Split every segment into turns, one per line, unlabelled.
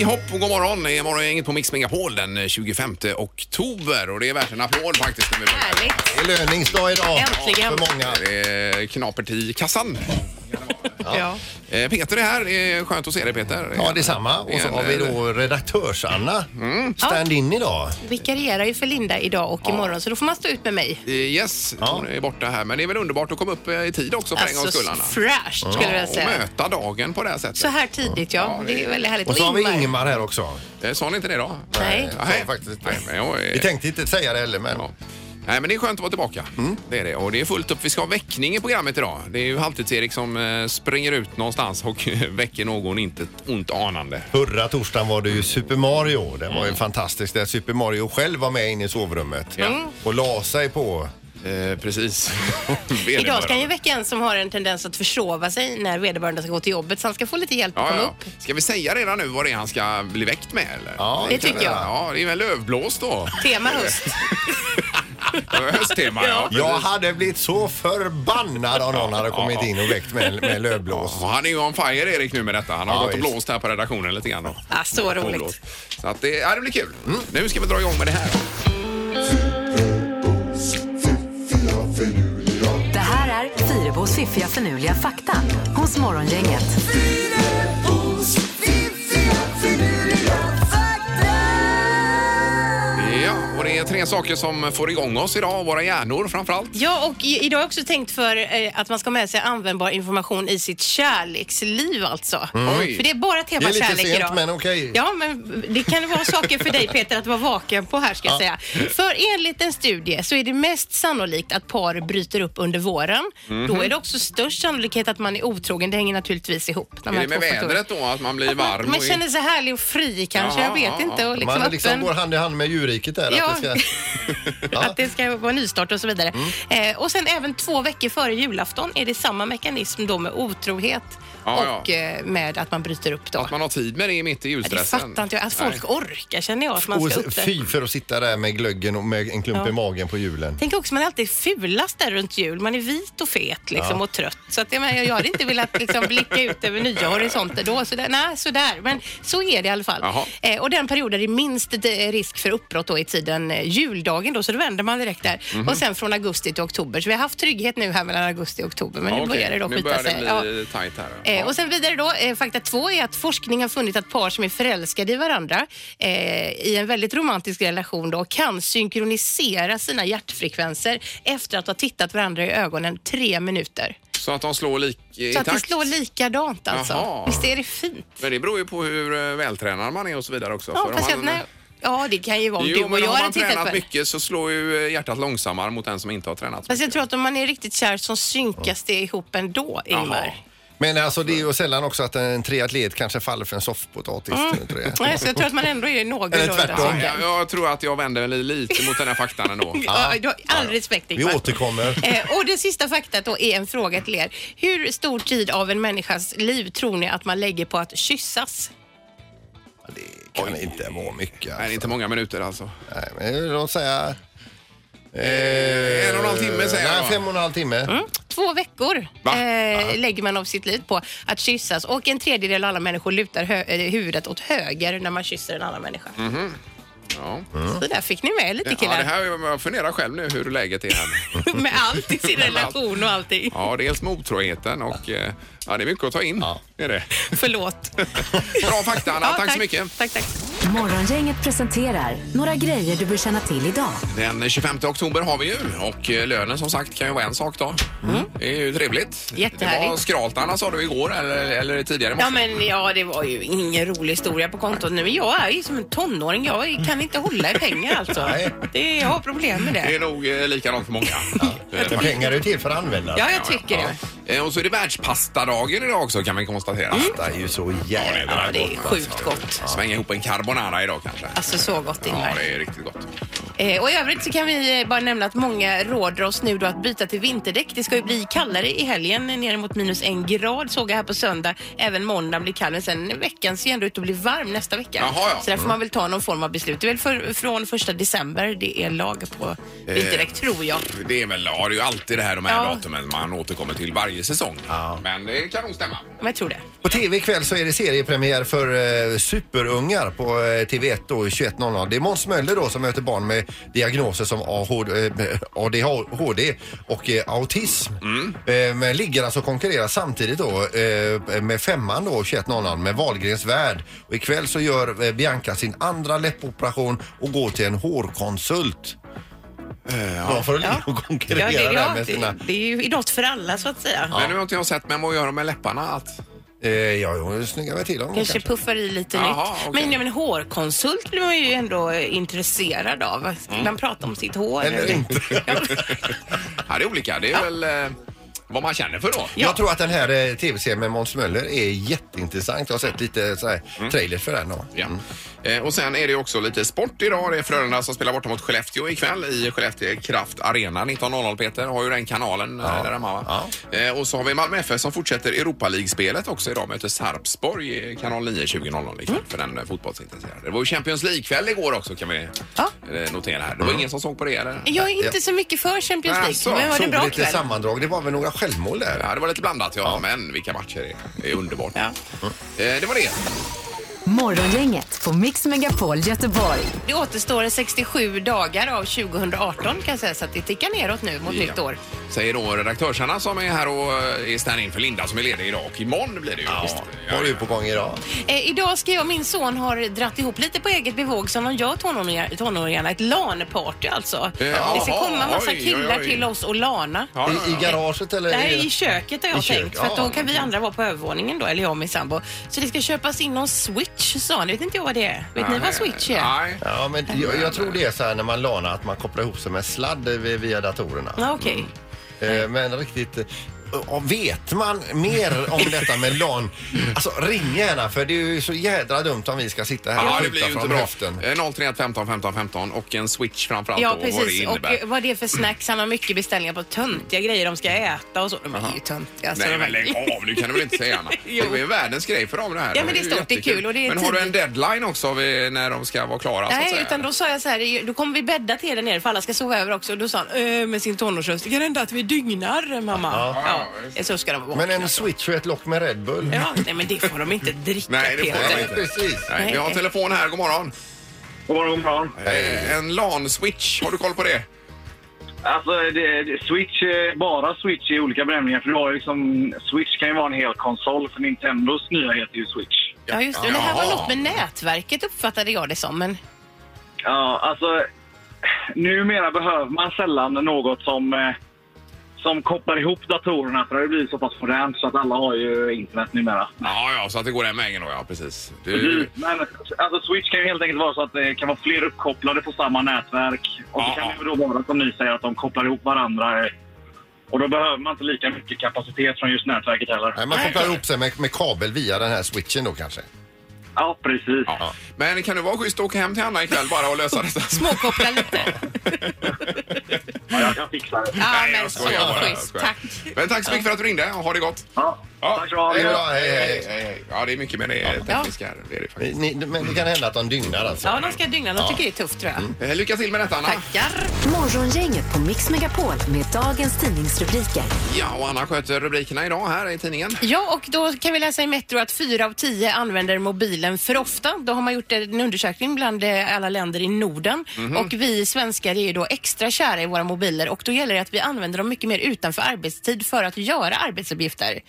Eh, på God morgon. Det är Morgongänget på Mix Megapol den 25 oktober och det är värt en applåd faktiskt. När vi börjar.
Härligt.
Det är löningsdag idag
Äntligen.
för många.
Det är knapert i kassan.
Ja.
Eh, Peter är här. Det är skönt att se dig Peter.
Ja, detsamma. Och så har vi då redaktörs-Anna. Stand-in idag.
Vikarierar ju för Linda idag och imorgon så då får man stå ut med mig.
Eh, Yes,
Ja.
hon är borta här. Men det är väl underbart att komma upp eh, i tid också för en
Alltså,
gångs skull Anna.
fräscht skulle jag vilja
Och
säga.
möta dagen på det här sättet.
Så här tidigt ja. Det är väldigt härligt.
Och så har vi Ingmar här också.
Eh, Sa ni inte det då?
Nej.
Nej,
Nej.
faktiskt inte.
Nej, men jag är-
Vi tänkte inte säga det heller, men...
Ja. Nej, men det är skönt att vara tillbaka.
Mm.
Det är det. Och det är fullt upp. Vi ska ha väckning i programmet idag. Det är ju Halvtids-Erik som eh, springer ut någonstans och väcker någon inte ett ont anande.
Förra torsdagen var det ju Super Mario. Det var ju fantastiskt där Super Mario själv var med inne i sovrummet
Mm.
Ja.
och la sig på.
Eh, precis.
Idag ska han ju
Vederbörande.
väcka en som har en tendens att försova sig när vederbörande ska gå till jobbet så han ska få lite hjälp att
Ja,
komma
ja.
upp.
Ska vi säga redan nu vad det är han ska bli väckt med? Eller?
Ja,
Det tycker jag.
Ja, det är väl lövblås då.
Tema höst.
Hösttema, ja.
Jag hade blivit så förbannad om någon hade kommit in och väckt med, med lövblås.
Och han är ju on fire Erik nu med detta. Han har
Ja,
gått och
visst.
blåst här på redaktionen lite grann. då.
Ja, Ah, så roligt.
Blåst. Så att det, ja, det blir kul.
Mm.
Nu ska vi dra igång med det här.
Det här är Fyrabos fiffiga förnuliga fakta hos Morgongänget.
Ja, och det är tre saker som får igång oss idag. Våra hjärnor framförallt.
Ja, och i- idag har jag också tänkt för eh, att man ska ha med sig användbar information i sitt kärleksliv alltså.
Mm. Oj.
För det är bara tema
Det är lite
kärlek
sent,
idag.
men okej.
Ja, men det kan vara saker för dig Peter att vara vaken på här ska jag säga. För enligt en studie så är det mest sannolikt att par bryter upp under våren.
Mhm.
Då är det också störst sannolikhet att man är otrogen. Det hänger naturligtvis ihop. De
Är
här
det med
två faktorerna.
vädret då? Att man blir
Att man-
varm?
Man
och-
känner sig härlig och fri kanske.
Ja,
jag vet
ja,
inte. Och liksom
Man liksom
öppen.
går hand i hand med djurriket där.
Ja.
Att det ska...
Att det ska vara nystart och så vidare.
Mm.
Eh, och sen även två veckor före julafton är det samma mekanism då med otrohet
Ja, ja.
och eh, med att man bryter upp då.
Att man har tid med det mitt i
Ja, det
julstressen.
fattar inte jag. Att folk orkar känner jag. Att man
Och
ska upp där.
fy för att sitta där med glöggen och med en klump
Ja.
i magen på
Mm.
julen.
Tänk också, man är alltid fulast där runt jul. Man är vit och fet liksom, och trött. Så att, jag, menar, jag hade inte velat liksom, blicka ut över nya horisonter då. Så där, nej, sådär. Men så är det i alla fall.
Jaha.
Eh, och den perioden är minst eh, risk för uppbrott då i tiden eh, juldagen. Då, så då vänder man direkt där.
Mhm.
Och sen från augusti till oktober. Så vi har haft trygghet nu här mellan augusti och oktober. Men
Ja,
nu
okej.
börjar det då
Nu
skita
börjar det
sig.
bli
Ja.
tajt här.
Eh, och sen vidare då, eh, fakta två är att forskning har funnit att par som är förälskade i varandra eh, i en väldigt romantisk relation då kan synkronisera sina hjärtfrekvenser efter att ha tittat varandra i ögonen tre minuter.
Så att de slår lik i
Så att det
takt.
slår likadant alltså.
Jaha.
Visst är det fint?
Men det beror ju på hur eh, vältränad man är och så vidare också.
Ja,
För om
fast jag,
man-
nej, ja det kan ju vara om
Jo,
du
men
och jag
har man
hade tittat på
tränat
det.
mycket så slår ju eh, hjärtat långsammare mot den som inte har tränat. så
Fast
mycket.
jag tror att om man är riktigt kär så synkas det ihop ändå,
Jaha.
Ingmar.
Men alltså det är
Mm.
ju sällan också att en triatlet kanske faller för en soffpotatis. tror du inte det?
Mm. Nej, så jag tror att man ändå är någorlunda
tvärtom.
synkad.
Ja, jag, jag tror att jag vänder väl lite mot den här faktan ändå.
Ja, du har all respekt
Vi
Ingmar.
återkommer.
Eh, och det sista faktat då är en fråga till er. Hur stor tid av en människas liv tror ni att man lägger på att kyssas?
Det kan inte vara mycket.
Nej, det är
Alltså.
inte många minuter alltså.
Nej, men låt säga... Eh,
en och en halv timme säger jag
Nej,
då.
fem och en halv timme.
Mm. Två veckor
Va?
eh, lägger man av sitt liv på att kyssas och en tredjedel av alla människor lutar hö- eh, huvudet åt höger när man kysser en annan människa.
Ja.
Så där fick ni med lite
Mhm. Ja, det
killar.
här, jag funderar själv nu hur läget är här.
med allt i sin relation och allting.
Ja, dels med otroheten och eh, ja, det är mycket att ta in. Är det.
Förlåt.
Bra fakta, Anna.
Ja,
tack, så mycket.
Tack, tack.
Morgongänget presenterar några grejer du bör känna till idag.
Den 25 oktober har vi ju och eh, lönen som sagt kan ju vara en sak då. Mm. Det är ju trevligt.
Mm. Jättehärligt.
Det var skralt, Anna sa du igår eller, eller tidigare i morse.
Ja, men ja, det var ju ingen rolig historia på kontot nu. Jag är ju som en tonåring. Jag kan inte hålla i pengar alltså.
Nej.
Det, jag har problem med
Det
det.
är nog eh, likadant för många. Eh,
Men pengar är ju till för att använda.
Ja, Mm. jag tycker det.
Eh, Och så är det världspastadagen idag också kan vi konstatera.
Det är ju så jävla
Ja, det är
gott, alltså.
sjukt gott.
Svänga ihop en carbonara idag kanske.
Alltså så gott
Ja,
Ingmar.
det är riktigt gott.
Eh, och I övrigt så kan vi eh, bara nämna att många råder oss nu då att byta till vinterdäck. Det ska ju bli kallare i helgen, eh, nere mot minus en grad såg jag här på söndag. Även måndag blir kall, men sen veckan ser ju ändå ut att bli varm nästa vecka.
Jaha, ja. Mm.
Så där får man väl ta någon form av beslut. Det är väl för, från första december det är lag på
Eh,
vinterdäck, tror jag.
Det är väl, ja, det är ju alltid det här de här
Ja.
datumen man återkommer till varje säsong. Men det kan nog stämma.
Men jag tror det.
På tv ikväll så är det seriepremiär för eh, Superungar på eh, TV1 då 21.00. Det är Måns Möller då som möter barn med diagnoser som AHD, eh, ADHD och eh, autism. Eh, men ligger alltså och konkurrerar samtidigt då eh, med femman då 21.00 med Wahlgrens värld. Och ikväll så gör eh, Bianca sin andra läppoperation och går till en hårkonsult. Bara för att ligga och konkurrera
Eh, det,
där med
det,
sina...
det är ju något för alla så att säga.
Men nu har inte jag sett, men vad gör de med läpparna? Att...
Eh, ja, hon snyggar väl till honom
Kanske
kanske.
puffar i lite
Jaha,
nytt.
okej.
Men, ja, men hårkonsult blir man ju ändå eh, intresserad av. Ska man prata om sitt hår?
Mm. Eller inte.
Ja.
Ja, det är olika. Det är väl eh, vad man känner för då.
Jag tror att den här eh, tv-serien med Måns Möller är jätteintressant. Jag har sett lite så här, trailers för den. Då.
Mm.
Ja. Eh, Och sen är det ju också lite sport idag. Det är Frölunda som spelar borta mot Skellefteå ikväll i Skellefteå Kraft Arena. 19.00 Peter har ju den kanalen eh, där hemma va? Eh, Och så har vi Malmö FF som fortsätter Europa League-spelet också idag. Möter Sarpsborg i kanal 9 20.00 ikväll
Mm.
för den eh, fotbollsintresserade. Det var ju Champions League-kväll igår också kan vi
Ja. Mm.
eh, notera här. Det var ingen som såg på det eller?
Jag är inte så mycket för Champions League,
Alltså,
men var det
Såg
bra
lite
kväll?
sammandrag. Det var väl några självmål där.
Ja, det var lite blandat ja, men vilka matcher det är. Det är underbart.
Ja.
Eh, Det var det.
Morgongänget på Mix Megapol Göteborg.
Det återstår 67 dagar av 2018 kan jag säga, så att det tickar neråt nu mot nytt år.
Säger då redaktörsarna som är här och eh, är stand-in för Linda som är ledig idag och imorgon blir det ju. Visst.
Vad har du på gång idag?
Eh, idag ska jag och min son har dratt ihop lite på eget bevåg som de gör tonåringar, tonåringarna. Ett LAN-party alltså. det ska
jaha,
komma massa
oj, oj,
killar
oj.
till oss och LAna.
Ja, ja,
I, I
ja.
garaget eller?
Det här
i-
är i köket har jag
I kök,
tänkt. För att
ja.
då kan vi andra vara på övervåningen då, eller jag och min sambo. Så det ska köpas in någon switch sa han. Vet inte jag vad det är. Vet ni vad switch är?
Nej.
Ja, men jag, jag tror det är så här när man lanar att man kopplar ihop sig med sladd eh, via via datorerna.
Ja, okej.
Mm.
Eh, Men riktigt... eh, och Vet man mer om detta med LAN? Alltså ring gärna för det är ju så jädra dumt om vi ska sitta här
Ja,
och
det blir
skjuta
ju inte
från
bra.
höften.
Eh, 031 15 15 15 och en switch framförallt
Ja,
då, vad det
precis. Och
innebär.
eh, vad det är för snacks. Han har mycket beställningar på töntiga grejer de ska äta och så. De är ju töntiga. Alltså,
Nej
de
men
verkligen.
lägg av, du kan du väl inte säga Anna? Det
Jo.
är ju världens grej för dem det här.
Ja, men det är
ju
stort, det är
jättekul.
kul och det är
Men har du en
tidigt.
deadline också vid- när de ska vara klara? så att
Nej,
säga?
utan då sa jag så här, det är ju- då kommer vi bädda till er där nere för alla ska sova över också. Och då sa han eh, med sin tonårsröst, det kan hända att vi dygnar mamma. Ja, så ska de vara
Men
vakna.
en switch och ett lock med Red Bull?
Ja, nej men det får de inte dricka
Nej, det får
Peter.
de inte.
Precis.
Nej, vi har
Nej.
telefon här, god morgon.
God morgon, god morgon.
Eh, En LAN-switch, har du koll på det?
Alltså, det, det, Switch, eh, bara Switch i olika benämningar. För du har ju liksom, Switch kan ju vara en hel konsol, för Nintendos nya heter ju Switch.
Ja, just det. Men det här var
Jaha.
något med nätverket uppfattade jag det som. Men
Ja, alltså, numera behöver man sällan något som, eh, som kopplar ihop datorerna. För det har ju blivit så pass modernt så att alla har ju internet numera.
Ja, ja, så att det går den vägen då, ja precis.
Precis,
Du,
Men alltså, Switch kan ju helt enkelt vara så att det kan vara fler uppkopplade på samma nätverk. Och
Ja,
så kan
ja.
det ju då vara som ni säger att de kopplar ihop varandra. eh, Och då behöver man inte lika mycket kapacitet från just nätverket heller.
Nej, man kopplar ihop sig med, med kabel via den här switchen då kanske.
Ja, precis.
ja. Men kan du vara schysst och åka hem till Anna ikväll bara och lösa detta?
småkoppla lite.
Ja, jag, jag fixar det.
Ja,
Nej,
men
jag
så
skojar bara, jag
schysst.
skojar.
Tack.
Men tack så mycket för att du ringde och ha det gott.
Ja.
Ja.
Tack ska
Det
du
är
ha.
bra, hej, hej.
Hej, hej. Ja, det är mycket med det tekniska här. Det är det faktiskt.
Ni, men det kan hända att de dygnar alltså.
Ja, de ska dygna. De tycker det är tufft tror jag.
Eh, Lycka till med detta Anna.
Tackar.
Morgongänget på Mix Megapol med dagens tidningsrubriker.
Ja, och Anna sköter rubrikerna idag här i tidningen.
Ja, och då kan vi läsa i Metro att fyra av tio använder mobilen för ofta. Då har man gjort en undersökning bland eh, alla länder i Norden och vi svenskar är ju då extra kära i våra mobiler och då gäller det att vi använder dem mycket mer utanför arbetstid för att göra arbetsuppgifter.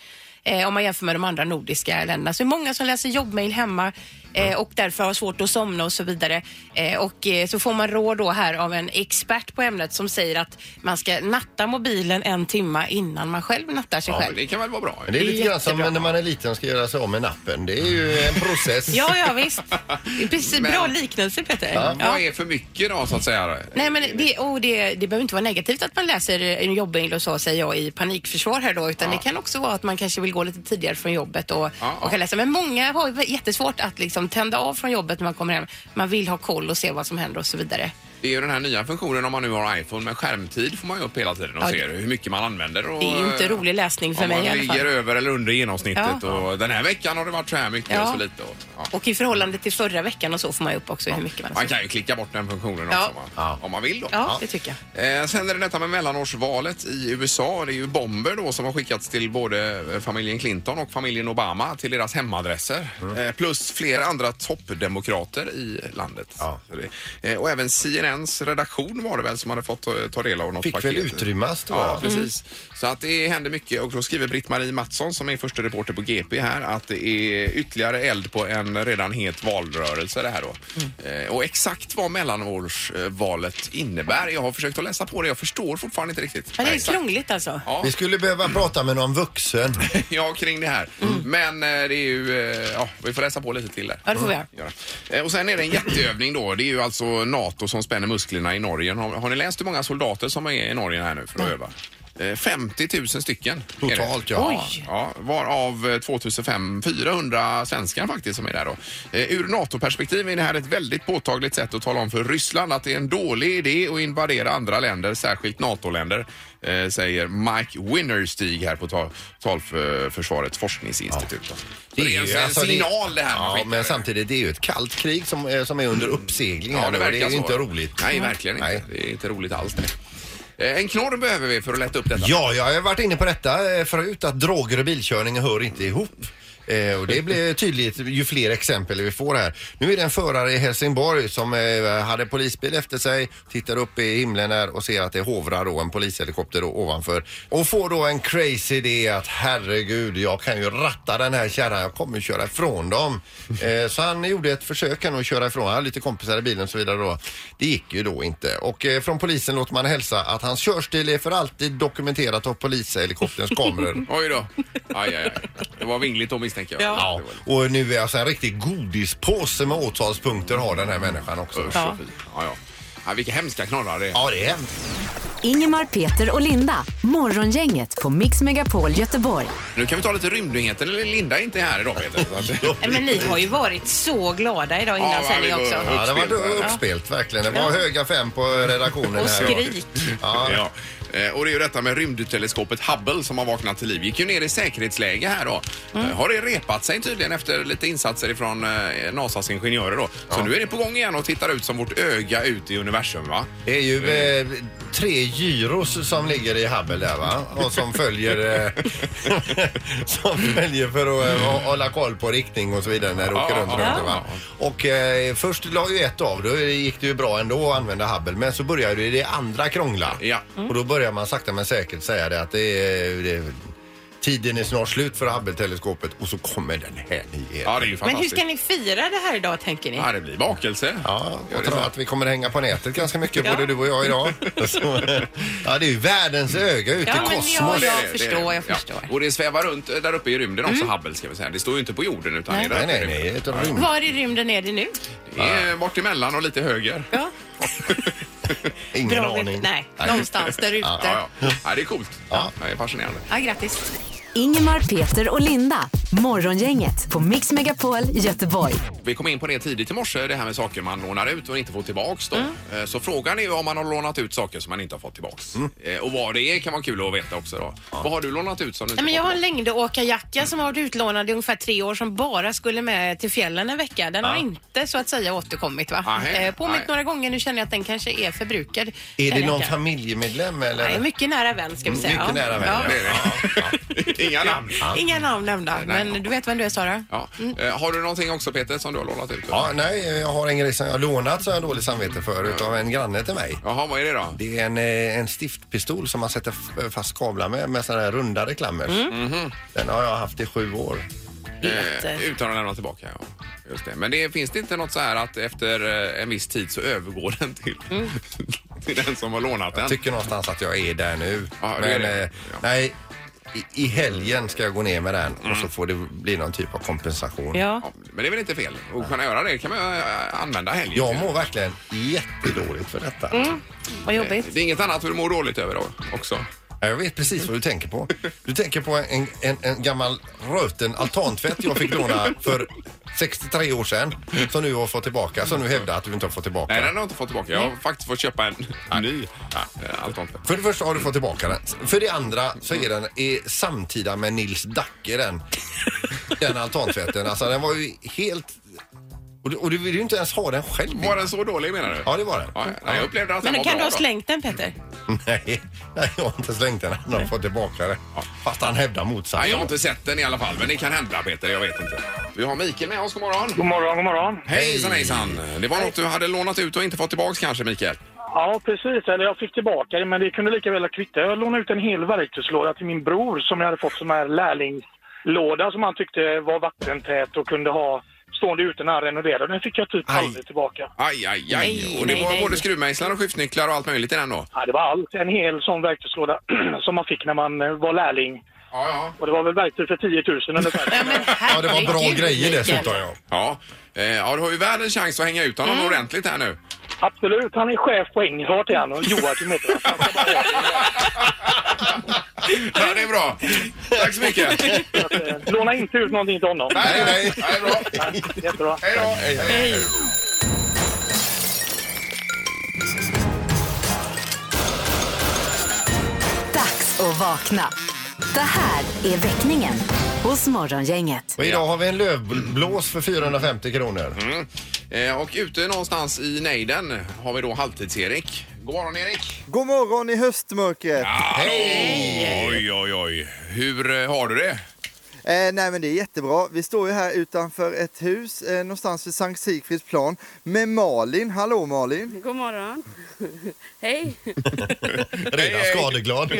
Eh, om man jämför med de andra nordiska länderna. Så det är många som läser jobbmail hemma eh, och därför har svårt att somna och så vidare. Eh, och eh, så får man råd då här av en expert på ämnet som säger att man ska natta mobilen en timma innan man själv nattar sig själv.
Det kan väl vara bra?
Men det är lite grann som
Jättebra.
när man är liten och ska göra sig av med nappen. Det är ju en process.
Ja, ja visst. Det är precis,
Men-
Bra liknelse Peter. Ja.
Vad är för mycket då så att säga?
Nej, men det, och det, det behöver inte vara negativt att man läser en jobbmail och så säger jag i panikförsvar här då, utan det kan också vara att man kanske vill gå lite tidigare från jobbet och,
Ja, ja.
och kan läsa. Men många har ju jättesvårt att liksom tända av från jobbet när man kommer hem. Man vill ha koll och se vad som händer och så vidare.
Det är ju den här nya funktionen om man nu har iPhone med skärmtid får man ju upp hela tiden och
Ja,
ser hur mycket man använder. Och,
Det är ju inte rolig läsning för
om
mig
man
i alla fall.
ligger över eller under genomsnittet
Ja.
och den här veckan har det varit så här mycket
Ja.
och så lite. Och, ja.
Och i förhållande till förra veckan och så får man ju upp också hur mycket man har
Man
sett.
kan ju klicka bort den funktionen
Ja.
också om man, om man vill då.
Ja, det tycker jag.
Eh, sen är det detta med mellanårsvalet i USA. Det är ju bomber då som har skickats till både eh, familjen Clinton och familjen Obama till deras hemadresser.
Mm.
Eh, plus flera andra toppdemokrater i landet.
Ja.
Så det, eh, och även CNNs redaktion var det väl som hade fått ta, ta del av något
Fick
paket.
väl utrymmas tror
Ja,
Mm.
jag.
precis. Så att det händer mycket och då skriver Britt-Marie Mattsson som är första reporter på GP här att det är ytterligare eld på en redan het valrörelse det här då.
Mm.
Eh, Och exakt vad mellanårsvalet innebär, jag har försökt att läsa på det, jag förstår fortfarande inte riktigt.
Men det är
Exakt.
krångligt alltså.
Ja.
Vi skulle behöva prata med någon vuxen.
Ja, kring det här.
Mm.
Men eh, det är ju, eh, ja, vi får läsa på lite till där.
Ja, det får vi göra.
Göra. Eh, Och sen är det en jätteövning då. Det är ju alltså NATO som spänner musklerna i Norge. Har, har ni läst hur många soldater som är i Norge här nu för att öva? Eh, 50 000 stycken. är det.
Totalt ja.
Oj.
Ja, varav eh, 2500 400 svenskar faktiskt som är där då. Eh, Ur NATO-perspektiv är det här ett väldigt påtagligt sätt att tala om för Ryssland att det är en dålig idé att invadera andra länder, särskilt NATO-länder, eh, säger Mike Winnerstig här på ta- Talförsvarets forskningsinstitut. då. Så Det är, en,
alltså, det-
signal det här man
Ja,
skickar.
men samtidigt det är ju ett kallt krig som, eh, som är under uppsegling. här
Ja, det
nu, och
verkar
det är ju
så.
inte roligt.
Nej, verkligen inte.
Nej.
Det är inte roligt alls det. Eh, En knorr behöver vi för att lätta upp detta.
Ja, jag har varit inne på detta eh, förut att droger och bilkörning hör inte ihop. Eh, och det blir tydligt ju fler exempel vi får här. Nu är det en förare i Helsingborg som eh, hade polisbil efter sig, tittar upp i himlen här och ser att det hovrar då en polishelikopter då, ovanför. Och får då en crazy idé att herregud, jag kan ju ratta den här kärran, jag kommer köra ifrån dem. Eh, så han gjorde ett försök här att köra ifrån, han hade lite kompisar i bilen och så vidare då. Det gick ju då inte. Och eh, från polisen låter man hälsa att hans körstil är för alltid dokumenterat av polishelikopterns kameror.
Oj då. Aj, aj, aj. Det var vingligt då misstänker jag.
Ja.
Det var
Ja,
lite-
och nu är alltså en riktig godispåse med åtalspunkter har den här människan också.
Usch ja. Ja, ja. ja, vilka hemska knorrar det är.
Ja, det är hemskt.
Ingemar, Peter och Linda. Morgongänget på Mix Megapol Göteborg.
Nu kan vi ta lite rymdnyheter. Eller Linda är inte här idag Peter. Så att-
Nej, Men ni har ju varit så glada idag
Ja,
innan
vi
sändning
var-
också.
Ja, det var uppspelt verkligen. Det var höga fem på redaktionen.
Och
här idag.
skrik.
Ja,
Ja. Eh, Och det är ju detta med rymdteleskopet Hubble som har vaknat till liv. Gick ju ner i säkerhetsläge här då.
Mm.
Eh, Har det repat sig tydligen efter lite insatser ifrån eh, NASAs ingenjörer då. Så nu är det på gång igen och tittar ut som vårt öga ut i universum va?
Det är ju eh, tre gyros som ligger i Hubble där va? Och som följer, eh, som följer för att eh, hå- hålla koll på riktning och så vidare när du åker
Ja,
runt
ja,
runt det, va. Och eh, först la ju ett av, då gick det ju bra ändå att använda Hubble. Men så började ju det andra krångla.
Ja.
Och då börjar man sakta men säkert säga det att det är, det är, tiden är snart slut för Hubble-teleskopet och så kommer den här nyheten.
Ja, det är ju
Men hur
fantastiskt.
ska ni fira det här idag tänker ni?
Ja, det blir bakelse.
Ja,
Gör
jag
det
tror
så.
att vi kommer hänga på nätet ganska mycket,
Ja.
både du och jag idag. Så, ja, det är ju världens öga ute
Ja,
i
men
kosmos.
jag-
Det är det,
jag
det är
förstår,
det.
jag
Ja.
förstår. Mm.
Och det svävar runt eh, där uppe i rymden också, Hubble ska vi säga. Det står ju inte på jorden utan
Nej.
är där
Nej,
uppe i
nej,
rymden.
nej. Ett rymd.
Var i rymden är det nu?
Det är bort emellan och lite höger.
Ja.
Ingen
Dra-
aning.
Nej, någonstans där ute.
Ja,
Ja,
ja. ja, det är coolt. Ja. Det är fascinerande.
grattis.
Ingemar, Peter och Linda. Morgongänget på Mix Megapol Göteborg.
Vi kom in på det tidigt i morse, det här med saker man lånar ut och inte får tillbaks då. Eh, Så frågan är ju om man har lånat ut saker som man inte har fått tillbaks. Eh, Och vad det är kan vara kul att veta också då. Vad har du lånat ut som du inte
Nej, men
fått
jag har en
tillbaka?
längdåkarjacka som har varit utlånad i ungefär tre år som bara skulle med till fjällen en vecka. Den har inte så att säga återkommit. Va?
Nej.
Eh, Påmint
Nej.
några gånger. Nu känner jag att den kanske är förbrukad.
Är det
Den
någon
jackan.
familjemedlem
Nej,
eller?
mycket nära vän ska vi säga.
Mycket nära vän,
Det är det. Inga namn.
Ja. Inga namn nämnda,
Nej.
men du vet vem du är Sara?
Ja. Eh, Har du någonting också Peter som du har lånat ut?
Ja, nej, jag har en grej som jag har lånat som jag har dåligt samvete för utav en granne till mig.
Jaha, vad är det då?
Det är en, eh, en stiftpistol som man sätter f- fast kablar med, med sådana här runda reklamer.
Mm.
Den har jag haft i sju år.
Eh, utan att lämna tillbaka, ja. Just det. Men det, finns det inte något så här att efter eh, en viss tid så övergår den till, till den som har lånat den?
Jag tycker någonstans att jag är där nu.
Ja, det är
men
det.
eh,
Ja.
nej, i, i helgen ska jag gå ner med den
Mm.
och så får det bli någon typ av kompensation.
Ja, men det är väl inte fel? Och kunna göra det kan man ju eh, använda helgen
Jag
till.
mår verkligen jättedåligt för detta.
vad jobbigt.
Det är inget annat du mår dåligt över då också?
Ja, Jag vet precis vad du tänker på. Du tänker på en, en, en gammal röten altantvätt jag fick låna för 63 år sedan som nu har fått tillbaka, som nu hävdar att du inte har fått tillbaka.
Nej, den har jag inte fått tillbaka. Jag har faktiskt fått köpa en ny. Eh, Allt sånt.
För det första har du fått tillbaka den. För det andra så är den är samtida med Nils Dacke den, den altantvätten. Alltså den var ju helt... Och du, och du vill ju inte ens ha den själv.
Var den så dålig menar du?
Ja, det var den.
Ja, ja. Nej, jag upplevde att den
Men
var
kan
bra
du ha
då.
slängt den Peter?
Nej, nej, jag har inte slängt den. Han har fått tillbaka den. Fast han hävdar
Nej, jag har
motsatsen.
inte sett den i alla fall, men det kan hända Peter, jag vet inte. Vi har Mikael med oss, god morgon.
God morgon, god morgon.
Hejsan hejsan! Det var något du hade lånat ut och inte fått tillbaks kanske Mikael?
Ja, precis. Eller jag fick tillbaka det, men det kunde lika väl ha kvittat. Jag lånade ut en hel verktygslåda till min bror som jag hade fått som här lärlingslåda som han tyckte var vattentät och kunde ha stående ute när han renoverade. Den fick jag typ
Aj.
aldrig tillbaka.
Aj, aj, aj.
Nej,
och det
nej,
var
nej.
både skruvmejslar och skiftnycklar och allt möjligt i den då?
Ja, det var allt. En hel sån verktygslåda som man fick när man eh, var lärling.
Ja, ja.
Och det var väl verktyg för 10 000 ungefär.
Ja, men
Ja, det var bra
herregud,
grejer
Mikael.
dessutom. Ja.
Ja, eh, ja du har ju världens chans att hänga ut honom
Mm.
ordentligt här nu.
Absolut, han är chef på Ängelsvart är han och Joakim heter han. Han ska bara
Ja, det är bra. Tack så mycket.
vara där. Så att, eh, Låna inte ut någonting till honom.
Nej, nej,
nej.
nej, bra.
Jättebra.
Hej då. Hej, hej.
Dags att vakna. Det här är väckningen hos Morgongänget.
Och idag har vi en lövblås för 450 kronor.
Eh, och ute någonstans i nejden har vi då Halvtids-Erik. God morgon Erik!
God morgon i höstmörkret!
Hej! Oj, oj, oj. Hur eh, har du det?
Eh, nej men det är jättebra. Vi står ju här utanför ett hus eh, någonstans vid Sankt Sigfrids plan med Malin. Hallå Malin!
God morgon. Hej.
Redan skadeglad.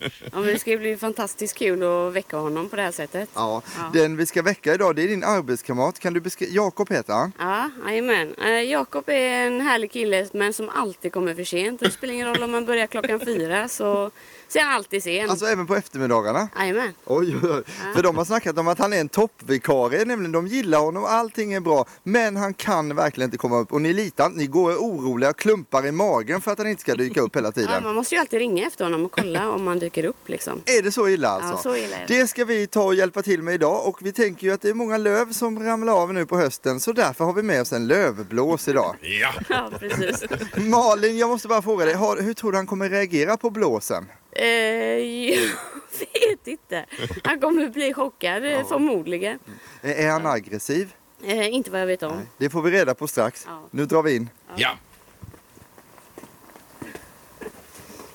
Ja, men det ska ju bli fantastiskt kul att väcka honom på det här sättet.
Ja, den vi ska väcka idag det är din arbetskamrat. Kan du beskriva? Jakob heter han.
Ja, jajamän. Eh, Jakob är en härlig kille men som alltid kommer för sent. Det spelar ingen roll om man börjar klockan fyra så, så är han alltid sen.
Alltså även på eftermiddagarna.
Jajamän.
Oj, oj, oj. För de har snackat om att han är en toppvikarie, nämligen de gillar honom, allting är bra. Men han kan verkligen inte komma upp och ni litar ni går och är oroliga och klumpar i magen för att han inte ska dyka upp hela
Ja,
tiden.
man måste ju alltid ringa efter honom och kolla om han dyker upp liksom.
Är det så illa alltså?
Ja, så illa är det.
det ska vi ta och hjälpa till med idag och vi tänker ju att det är många löv som ramlar av nu på hösten så därför har vi med oss en lövblås idag.
Ja.
Ja, precis.
Malin, jag måste bara fråga dig, har, hur tror du han kommer reagera på blåsen?
Eh, jag vet inte. Han kommer bli chockad eh, förmodligen.
Eh, Är han aggressiv?
Eh, inte vad jag vet om.
Det får vi reda på strax.
Ja.
Nu drar vi in.
ja.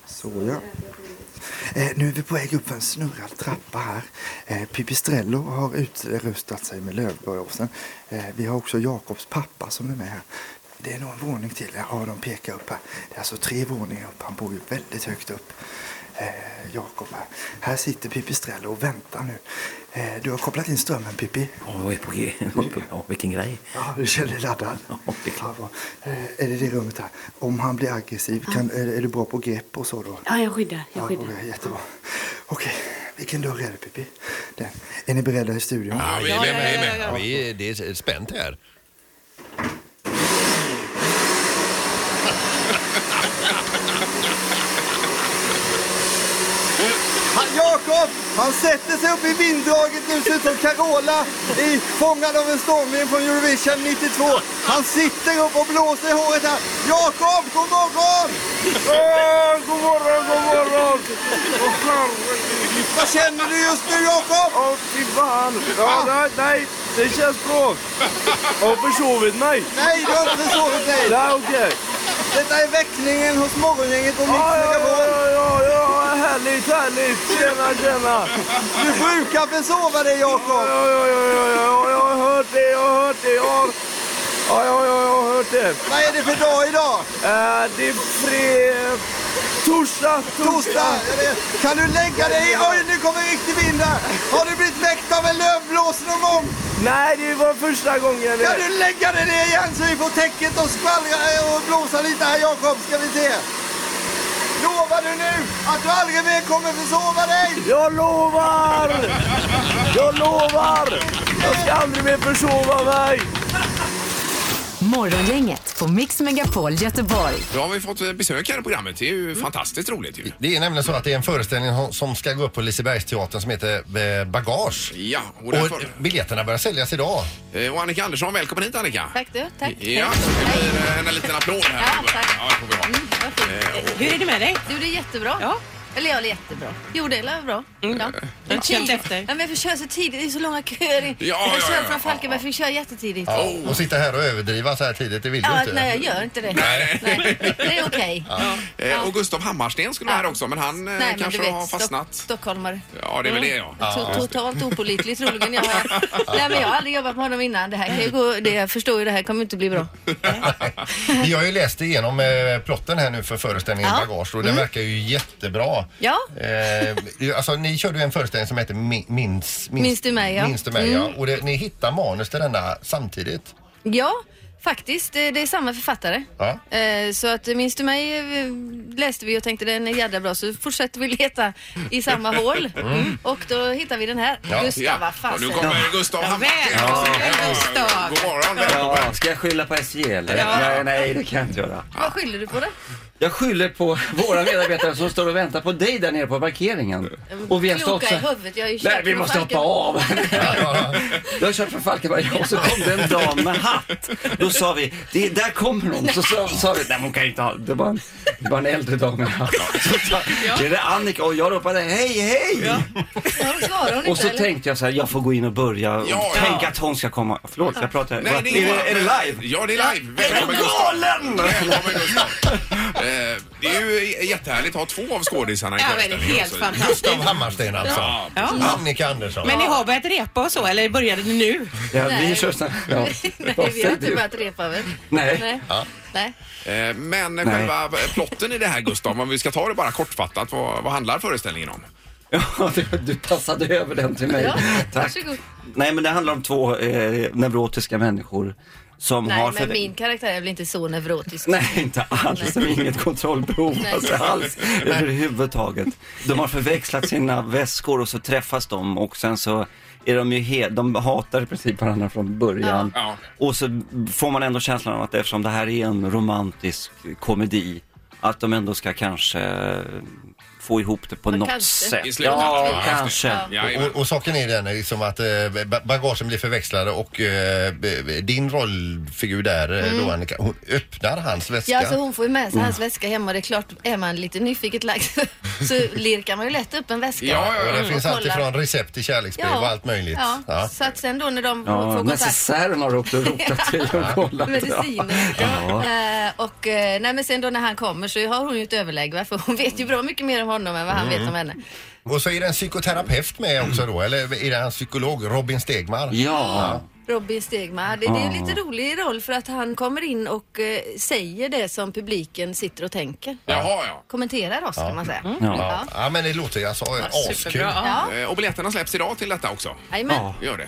Så ja. Eh, nu är vi på väg upp för en snurrad trappa här. Eh, Pipistrello har utrustat sig med lövblåsen. Eh, vi har också Jakobs pappa som är med här. Det är nog en våning till. Jag har de pekar upp här. Det är alltså tre våningar upp. Han bor ju väldigt högt upp. Eh, Jakob här. Här sitter Pipistrello och väntar nu. Eh, du har kopplat in strömmen Pippi.
Ja, jag är på G. Ja, vilken grej.
Ja, du känner dig laddad?
Ja, det är klart.
Ja, vad- eh, är det det rummet här? Om han blir aggressiv, kan, är, är du bra på grepp och så då?
Ja, jag skyddar. Jag skyddar.
okej, jättebra. Okej, vilken dörr är det Pippi? Den. Är ni beredda i studion?
Ja, vi är med, vi är med.
Ja, vi är, det är spänt här.
Han, Jakob! Han sätter sig upp i vinddraget nu, ser ut som Carola i Fångad av en stormvind från Eurovision 92. Han sitter upp och blåser i håret här. Jakob, god morgon! Åh, Eh, god morgon, god morgon! Vad känner du just nu, Jakob?
Åh fy fan! Ja, nej, nej, det känns bra. Jag har försovit mig.
Nej, du har inte sovit dig.
Nej, okej.
Detta är väckningen hos Morgongänget och Mix
Ja, ja,
Megapol.
ja, ja, ja, härligt, härligt. Tjena, tjena.
Du brukar försova dig,
Ja,
Jakob.
ja, ja, ja, ja, ja, jag har hört det, jag har hört det. Jag har... Ja, ja, ja, jag har hört det.
Vad är det för dag idag?
Eh, det är fri... Torsdag,
Torsdag!
torsdag.
jag vet. Kan du lägga dig i? Oj, nu kommer riktig vind här. Har du blivit väckt av en lövblås någon gång?
Nej, det var första gången.
Kan du lägga dig ner igen så vi får täcket och skvallra eh, och blåsa lite här, Jakob, ska vi se. Lovar du nu att du aldrig mer kommer försova dig?
Jag lovar! Jag lovar! Jag ska aldrig mer försova mig.
Morgongänget på Mix Megapol Göteborg.
Då har vi fått eh, besök här i programmet. Det är ju fantastiskt roligt ju.
Det är nämligen så att det är en föreställning ho- som ska gå upp på Lisebergsteatern som heter eh, Bagage.
Ja, och,
Och
därför,
biljetterna börjar säljas idag.
eh, och Annika Andersson, välkommen hit Annika.
Tack du, tack.
Ja, det blir eh, en liten applåd här.
Ja, tack. Mm,
Ja, det får vi ha.
Hur är det med dig?
Du, det är jättebra.
Ja.
Eller ja, det är jättebra. Jo, det är bra.
Mm.
Ja.
Jag har känt efter.
Ja, men jag får köra så tidigt, det är så långa köer.
ja,
jag
ja,
kör
ja.
från Falkenberg, jag fick köra jättetidigt.
Ja. Och sitta här och överdriva så här tidigt, det vill du
Ja,
inte.
nej, jag gör inte det.
Nej.
Det är okej.
Eh, och Gustav Hammarsten skulle vara här också, men han eh,
Nej, men du
kanske har
vet, Stock-
fastnat.
stockholmare.
Ja, det är väl det ja.
To- Totalt opålitlig troligen. Jag, är. Nej, men jag har aldrig jobbat med honom innan. Det här kan ju gå, det, jag förstår ju, det här kommer inte bli bra.
Vi har ju läst igenom eh, plotten här nu för föreställningen
Ja. Mm.
Bagage och den verkar ju jättebra.
Ja.
Eh, alltså, ni körde ju en föreställning som heter Mi- Minns, minns,
Minns du mig, ja. Mm.
Minns du mig, ja. Och det, ni hittar manus till denna samtidigt.
Ja, faktiskt. Det, det är samma författare.
Ja.
Eh, Så att minns du mig eh, läste vi och tänkte den är jävla bra så fortsätter vi leta i samma hål. Och då hittar vi den här.
Ja,
Gustav,
Ja.
vad
Och
fasen.
nu kommer Gustav Hammarsten.
Välkommen Gustav!
God morgon,
Ja,
välkommen.
ska jag skylla på SJ eller? Nej, nej, det kan jag inte göra.
Vad skyller du på det?
Jag skyller på våra medarbetare som står och väntar på dig där nere på parkeringen. Och vi har stått
Mm. Kloka
så
i huvudet. Jag är ju
Nej,
kört
vi
med
måste hoppa
falken.
av. Jag har kört från Falkenberg och så kom det en dam med hatt. Då sa vi, det, där kommer hon. Så sa, sa vi, nej men hon kan ju inte ha, det var en, det var en äldre dam med hatt. Så sa, det är Annika och jag ropade hej, hej.
Ja, då svarar hon
Och så
inte, eller?
tänkte jag så här, jag får gå in och börja. Och
Ja, ja.
Tänk att hon ska komma. Förlåt, jag pratar.
Nej,
är, det, är det live?
Ja, det är live.
Är
Välkommen
du
Gustav.
galen?
Välkommen Gustav. Eh, Det är ju jättehärligt att ha två av skådisarna i
Ja, men det är
föreställningen
helt
också.
fantastiskt.
Gustav Hammarsten alltså.
Ja,
Annika Andersson.
Men ni har börjat repa och så, eller började ni nu?
Ja,
Nej.
vi kör snart. Ja.
Nej, vi har inte börjat repa väl?
Nej.
Nej. Nej.
Eh, Men
Nej.
själva plotten i det här Gustav, om vi ska ta det bara kortfattat, vad, vad handlar föreställningen om?
Ja, du, du passade över den till mig.
Ja,
Tack.
varsågod.
Nej, men det handlar om två eh, neurotiska människor som har...
Nej, men
förvä-
min karaktär är väl inte så neurotisk.
Nej, inte alls. Inget kontrollbehov
Nej.
alltså, alls överhuvudtaget. De har förväxlat sina väskor och så träffas de och sen så är de ju he- de hatar i princip varandra från början.
Ja.
Och så får man ändå känslan av att eftersom det här är en romantisk komedi, att de ändå ska kanske få ihop det på
Men
något
kanske.
sätt.
I slutändan,
ja,
ja,
kanske.
Ja,
Och, och, och saken är den liksom att eh, ba- bagagen blir förväxlade och eh, b- b- din rollfigur där eh, då Annika, hon öppnar hans väska.
Mm. Ja, alltså hon får ju med sig hans väska hem och det är klart, är man lite nyfiket lagd så lirkar man ju lätt upp en väska.
Ja, ja,
och det
Mm,
finns
och
alltid
kollar.
från recept till kärleksbrev och allt möjligt.
Ja.
Ja.
Så att sen då när de får
Ja,
kontakt
necessären har också rotat i och kollat.
mediciner.
Ja.
Eh, och eh, nej, men sen då när han kommer så har hon ju ett överläge va? för hon vet ju bra mycket mer om honom än vad han
Mm.
vet om henne.
Och så är det en psykoterapeut
Mm.
med också då, eller är det en psykolog, Robin Stegmar?
Ja.
Robin Stegmar, det, det är ju lite rolig roll för att han kommer in och eh, säger det som publiken sitter och tänker.
Jaha, ja.
Kommenterar oss kan man säga.
Mm.
Ja. ja, men det låter ju alltså askul.
Superbra. Ja.
Ja.
Eh, Och biljetterna släpps idag till detta också.
Jajamän.
Ja.
Gör det.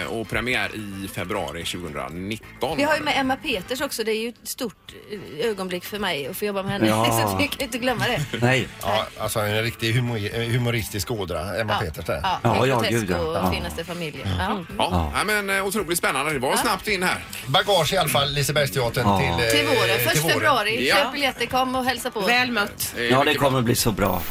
Eh, Och premiär i februari 2019.
Vi har ju med Emma Peters också, det är ju ett stort eh, ögonblick för mig att få jobba med henne.
Ja.
så vi kan ju inte glömma det.
Nej.
Ja, alltså en riktig humor, humoristisk ådra, Emma Peters där.
Ja,
Ja,
ja,
ja,
ja,
gud, ja. Mm.
och
Ja.
finaste familjen. Ja.
Ja, nej, men eh, otroligt spännande. Det var snabbt in här.
Bagage i alla fall, Lisebergsteatern
Ja.
till, eh,
Till våren, först februari.
Ja.
Köp biljetter, kom och hälsa på. oss.
Väl mött.
Eh,
Ja, det
mycket bra.
kommer bli så bra.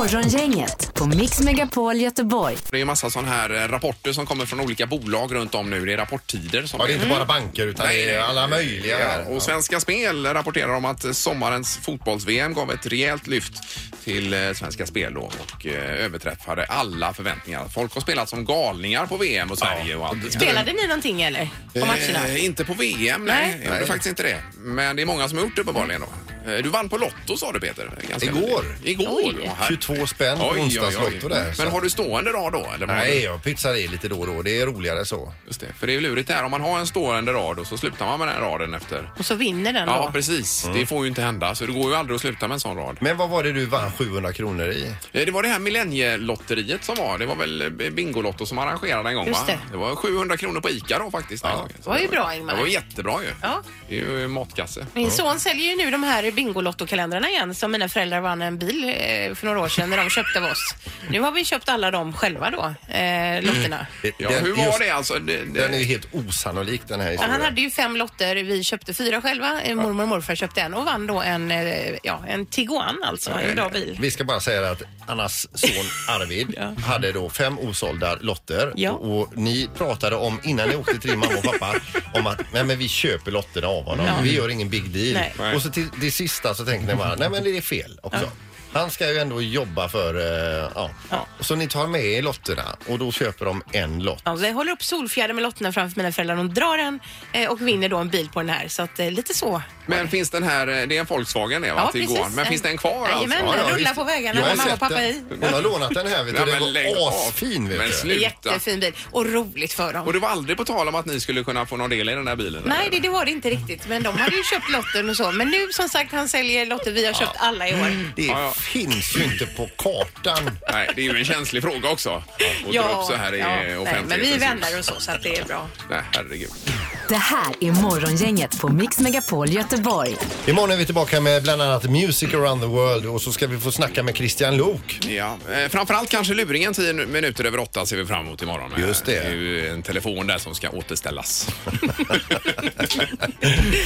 Morgongänget på Mix Megapol Göteborg.
Det är massa sådana här eh, rapporter som kommer från olika bolag runt om nu. Det är rapporttider som
Ja, det är inte bara banker utan
Mm. Nej,
det är
nej.
alla möjliga.
Ja,
här.
och Svenska Spel rapporterar om att eh, sommarens fotbolls-VM gav ett rejält lyft till eh, Svenska Spel då och eh, överträffade alla förväntningar. Folk har spelat som galningar på VM och Sverige och allt.
Spelade ni någonting eller? På matcherna?
Eh, inte på VM, nej.
Nej.
Jag gjorde faktiskt inte det. Men det är många som har gjort det uppenbarligen då. Eh, Du vann på Lotto sa du Peter. Ganska
Igår.
nyligen. Igår. ja, här.
22 spänn på
Oj, oj, oj.
onsdagslotto där. så
Men
att-
har du stående rad då? Eller vad har
Nej,
du?
jag pytsar i lite då och då. Det är roligare så.
Just det. För det är ju lurigt det här. Om man har en stående rad och så slutar man med den här raden efter.
Och så vinner den
Ja,
då?
precis.
Mm.
Det får ju inte hända. Så det går ju aldrig att sluta med en sån rad.
Men vad var det du vann 700 kronor i?
Eh, Det var det här millennielotteriet som var. Det var väl eh, Bingolotto som arrangerade en gång
Just
va?
det.
var 700 kronor på ICA då faktiskt. den gången. Så
Det var ju bra, Ingmar.
Det var jättebra ju.
Ja.
Det är ju matkasse.
Min son säljer ju nu de här i Bingolotto-kalendrarna igen som mina föräldrar vann en bil eh, för några år sedan när de köpte av oss. Nu har vi köpt alla dem själva då, eh, lotterna.
Ja, hur var det alltså? Det- det-
Den är ju helt osannolik den här
Ja, han
historien.
hade ju fem lotter, vi köpte fyra själva, eh, mormor och morfar köpte en och vann då en, eh, ja, en Tiguan alltså, en bra bil.
Vi ska bara säga att Annas son Arvid hade då fem osålda lotter
Ja.
och, och ni pratade om innan ni åkte till din mamma och pappa om att nej men vi köper lotterna av honom.
Ja.
Vi gör ingen big deal.
Nej. Nej.
Och så till det sista så tänkte ni bara nej men det är fel också. Han ska ju ändå jobba för, eh, ja. Så ni tar med er lotterna och då köper de en lott.
Ja, jag håller upp Solfjärden med lotterna framför mina föräldrar. De drar den eh, och vinner då en bil på den här. Så att, eh, lite så.
Men finns den här, eh, det är en Volkswagen det va?
Ja,
till
precis.
Tiguan. Men finns den kvar alltså?
Jajamän, den rullar på vägarna
Jag har
med mamma och
sett
pappa
den.
i.
Hon har lånat den här vet du.
Ja,
Den
men lägg
var
av.
asfin vet
Men
du.
sluta.
Jättefin bil och roligt för dem.
Och det var aldrig på tal om att ni skulle kunna få någon del i den här bilen?
Nej, det, det var det inte riktigt. Men de hade ju köpt lotten och så. Men nu som sagt, han säljer lotter. Vi har köpt alla i år.
Det finns ju inte på kartan.
Nej, det är ju en känslig fråga också. Att dra upp så här i
ja, nej,
offentligheten.
men vi är vänner och så, så att det är bra.
Nej, herregud.
Det här är Morgongänget på Mix Megapol Göteborg.
Imorgon är vi tillbaka med bland annat Music around the world och så ska vi få snacka med Christian Lok.
Ja, eh, framförallt kanske luringen 10 minuter över åtta ser vi fram emot imorgon. Eh,
Just det.
Det är ju en telefon där som ska återställas.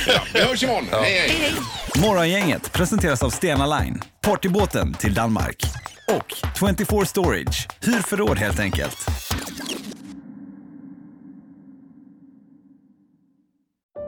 ja, vi hörs imorgon. Hej, hej.
Morgongänget presenteras av Stena Line, partybåten till Danmark. Och 24 Storage, hyr förråd helt enkelt.